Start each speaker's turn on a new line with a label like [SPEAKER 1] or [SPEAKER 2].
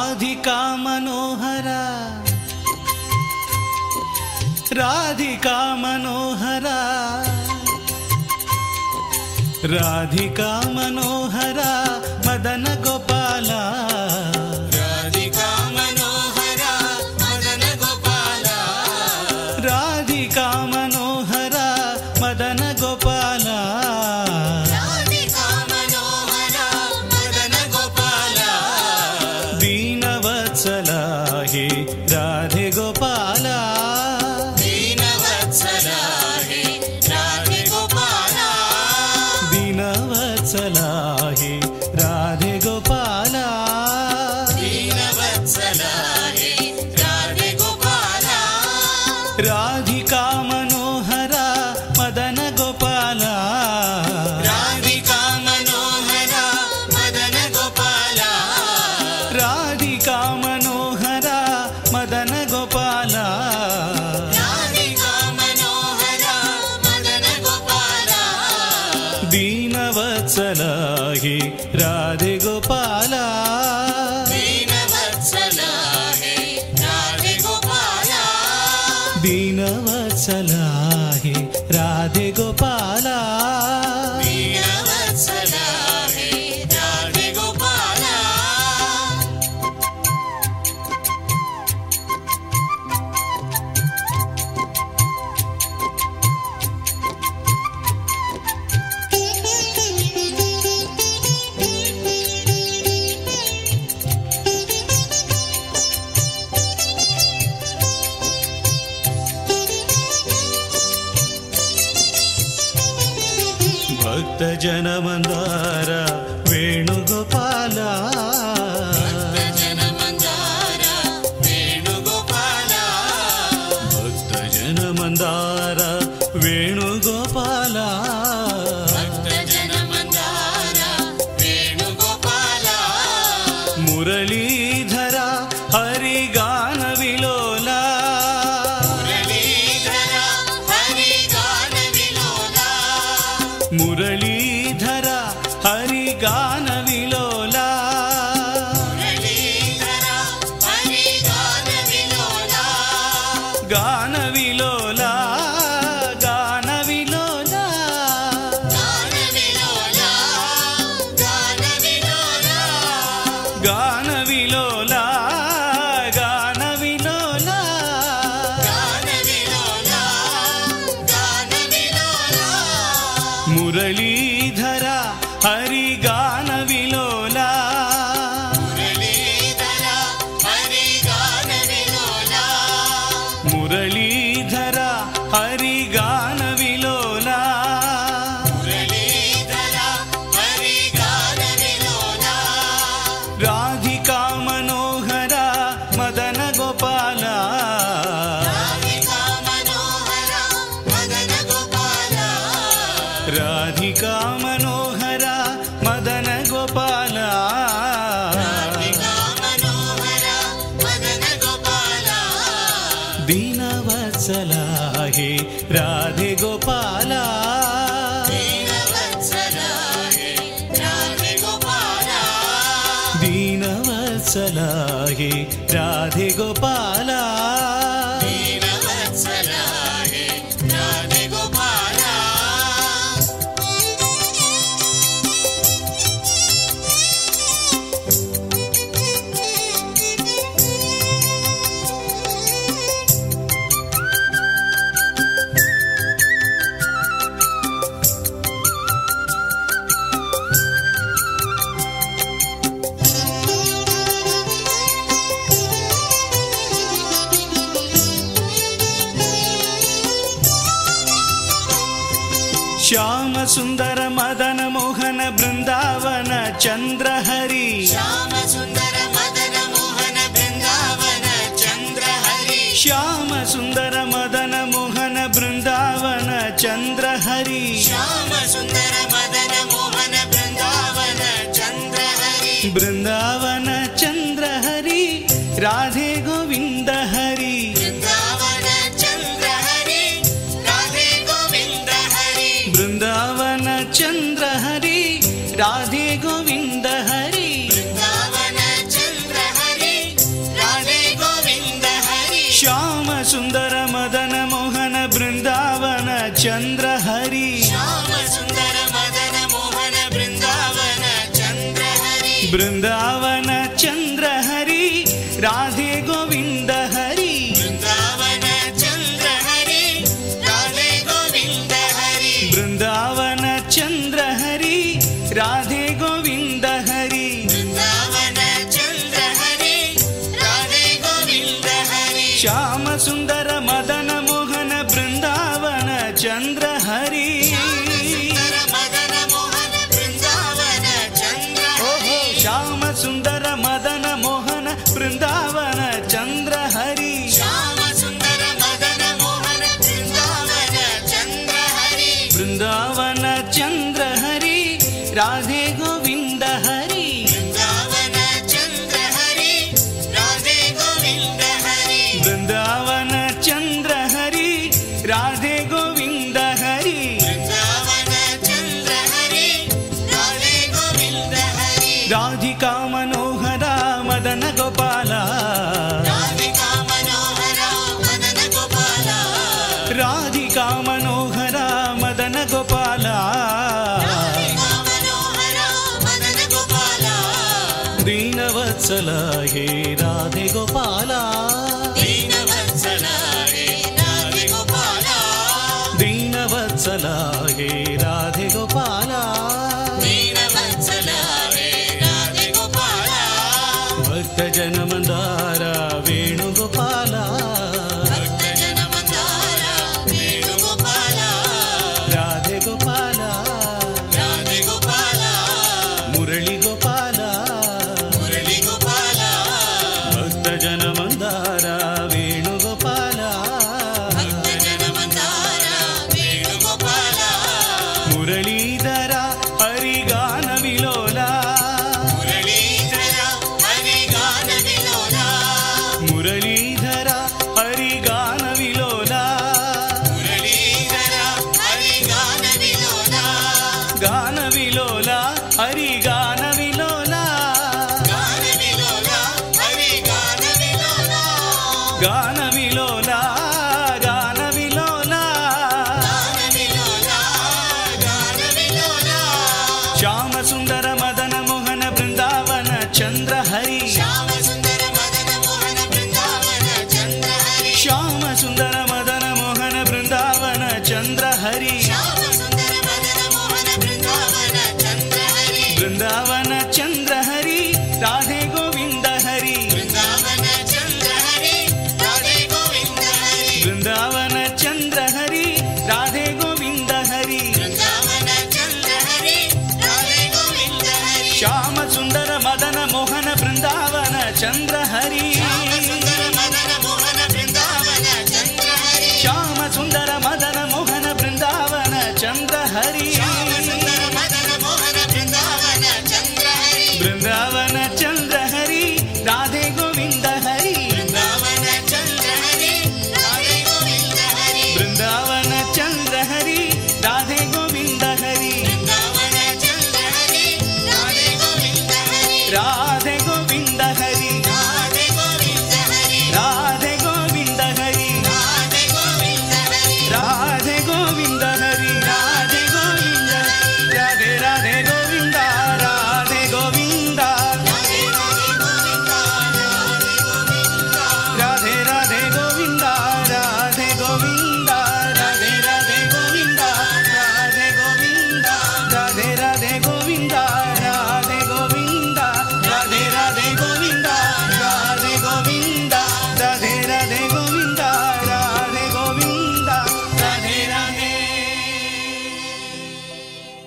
[SPEAKER 1] राधिका मनोहरा राधिका मनोहरा राधिका मनोहरा मदन गोपाला राधिका मनोहरा मदन गोपाला राधिका मनोहरा मदन गोपाला
[SPEAKER 2] राधिका मनोहरा मदन गोपाला
[SPEAKER 1] दीनवत्सला हे राधे गोपाला
[SPEAKER 2] दीनवत्सला हे राधे गोपाला
[SPEAKER 1] दीनवत्सला हे राधे गोपाला
[SPEAKER 2] दीनवत्सला हे राधे गोपाला
[SPEAKER 1] राधिका मनोहरा मदन गोपाला
[SPEAKER 2] राधिका मनोहरा मदन गोपाला
[SPEAKER 1] राधिका मनोहरा मदन गोपाला
[SPEAKER 2] राधिका मनोहरा मदन गोपाला
[SPEAKER 1] दीनवत्सला हे राधे गोपाला
[SPEAKER 2] दीनवत्सला हे राधे गोपाला
[SPEAKER 1] दीनवत्सला हे राधे गोपाला
[SPEAKER 2] दीनवत्सला हे राधे गोपाला
[SPEAKER 1] भक्तजनमन्दार वेणुगोपाला
[SPEAKER 2] जनमन्दारा वेणुगोपाला
[SPEAKER 1] भक्तजनमन्दार वेणुगोपाला
[SPEAKER 2] जनमन्दारा वेणुगोपाला
[SPEAKER 1] मुरलीधरा हरिगानविलोला
[SPEAKER 2] मुरलीधरा हरिगानविलोला
[SPEAKER 1] मुरलीधरा हरिगानविलोला
[SPEAKER 2] मुरलीधरा हरिगानविलोला
[SPEAKER 1] गानविलोला गानविलोला
[SPEAKER 2] गानविलोला गानविलोला
[SPEAKER 1] गानविलोला गानविलोला
[SPEAKER 2] गानविलोला गानविलोला
[SPEAKER 1] मुरलीधरा हरिगानविलोला
[SPEAKER 2] मुरलीधरा हरिगानविलोला
[SPEAKER 1] मुरलीधरा हरिगानविलोला
[SPEAKER 2] मुरलीधरा हरिगानविलोला
[SPEAKER 1] राधिका मनोहरा मदन गोपाला
[SPEAKER 2] राधिका मनोहरा मदन गोपाला
[SPEAKER 1] राधिका मनोहरा मदन गोपाला
[SPEAKER 2] राधिका मनोहरा मदन गोपाला
[SPEAKER 1] दीनवत्सला हे राधे गोपाला
[SPEAKER 2] दीनवत्सला हे राधे गोपाला
[SPEAKER 1] दीनवत्सला हे राधे गोपाला
[SPEAKER 2] दीनवत्सला हे राधे गोपाला
[SPEAKER 1] श्याम सुन्दर मदन मोहन बृन्दावन चन्द्रहरि
[SPEAKER 2] श्याम सुन्दर मदन मोहन बृन्दावन चन्द्र हरि
[SPEAKER 1] श्याम सुन्दर मदन मोहन बृन्दावन चन्द्रहरि
[SPEAKER 2] श्याम सुन्दर मदन मोहन बृन्दावन चन्द्र हरि
[SPEAKER 1] बृन्दावन चन्द्रहरि राधे गोविन्द हरि
[SPEAKER 2] वृन्दावन चन्द्र हरि राधे गोविन्द हरि
[SPEAKER 1] ಬೃಂದಾವನ ಚಂದ್ರ ಹರಿ ರಾಧೆ ಗೋವಿಂದ ಹರಿ
[SPEAKER 2] वृन्दावन चन्द्र हरि
[SPEAKER 1] सुन्दर मदन मोहन बृन्दावन चन्द्र हरि
[SPEAKER 2] श्याम सुन्दर मदन मोहन वृन्दावन चन्द्र हरि
[SPEAKER 1] बृन्दावन चन्द्र हरि राधे गोविन्द हरि
[SPEAKER 2] वृन्दावन चन्द्र हरि राधे गोविन्द हरि
[SPEAKER 1] बृन्दावन चन्द्र हरि राधे गोविन्द हरि
[SPEAKER 2] वृन्दावन चन्द्र हरि राधे गोविन्द हरि
[SPEAKER 1] श्याम सुन्दर मदन मोहन बृन्दावन चन्द्र हरि
[SPEAKER 2] सुन्दर मदन मोहन वृन्दावन चन्द्र
[SPEAKER 1] ओहो श्याम
[SPEAKER 2] हरि
[SPEAKER 1] सुन्दर मदन मोहन बृन्दावन चन्द्र हरि
[SPEAKER 2] श्याम सुन्दर मदन मोहन वृन्दावन चन्द्र हरि
[SPEAKER 1] बृन्दावन चन्द्र हरि राधे गोविन्द हरि
[SPEAKER 2] वृन्दावन चन्द्र हरि राधे गोविन्द हरि
[SPEAKER 1] बृन्दावन चन्द्र हरि राधे गोविन्द हरि
[SPEAKER 2] वृन्दावन चन्द्र हरि राधे गोविन्द हरि
[SPEAKER 1] राधिका मनोहरा मदन गोपाला
[SPEAKER 2] राधिका मनोहरा मदन गोपाला
[SPEAKER 1] राधिका मनोहरा मदन गोपाला
[SPEAKER 2] राधिका मनोहरा मदन गोपाला
[SPEAKER 1] दीनवत्सल हे राधे गोपाला
[SPEAKER 2] दीनवत्सला रे राधे गोपाला
[SPEAKER 1] दीनवत्सल हे राधे गोपाला
[SPEAKER 2] दीनवत्सला रे राधे गोपाला
[SPEAKER 1] भक्तजनमन्दार वेणुगोपाला
[SPEAKER 2] भक्तजनमन्दारा वेणुगोपाला
[SPEAKER 1] राधे गोपाला
[SPEAKER 2] राधे गोपाला
[SPEAKER 1] मुरळीगोपाल
[SPEAKER 2] मुरलीगोपाला
[SPEAKER 1] भक्तजनमन्दार वेणुगोपाल
[SPEAKER 2] भक्तजनमन्दारा वेणुगोपाला
[SPEAKER 1] मुरळीधर हरिगान विलोला
[SPEAKER 2] मुरलीधर हरिगान विलोला
[SPEAKER 1] मुरळीधर हरिगान विलोला
[SPEAKER 2] मुरलीधर हरिगान विलोला
[SPEAKER 1] गान विलोला हरिगान विलोला
[SPEAKER 2] गान विलोला हरि गान विलोला
[SPEAKER 1] गान विलोला गान विलोला
[SPEAKER 2] गान विलोला गान विलोला
[SPEAKER 1] श्याम सुन्दर मदन मोहन बृन्दावन चन्द्र हरि
[SPEAKER 2] श्याम सुन्दर मदन मोहन वृन्दावन चन्द्र हरि
[SPEAKER 1] श्याम सुन्दर मदन मोहन बृन्दावन चन्द्र हरि
[SPEAKER 2] श्याम सुन्दर मदन मोहन वृन्दावन चन्द्र हरि
[SPEAKER 1] बृन्दावन चन्द्र हरि राधे गोविन्द हरि
[SPEAKER 2] वृन्दावन चन्द्र हरि राधे गोविन्द हरि
[SPEAKER 1] बृन्दावन चन्द्र हरि राधे गोविन्द हरि
[SPEAKER 2] वृन्दावन चन्द्र हरि राधे गोविन्द हरि
[SPEAKER 1] श्याम सुन्दर मदन मोहन बृन्दावन चन्द्र हरि
[SPEAKER 2] श्याम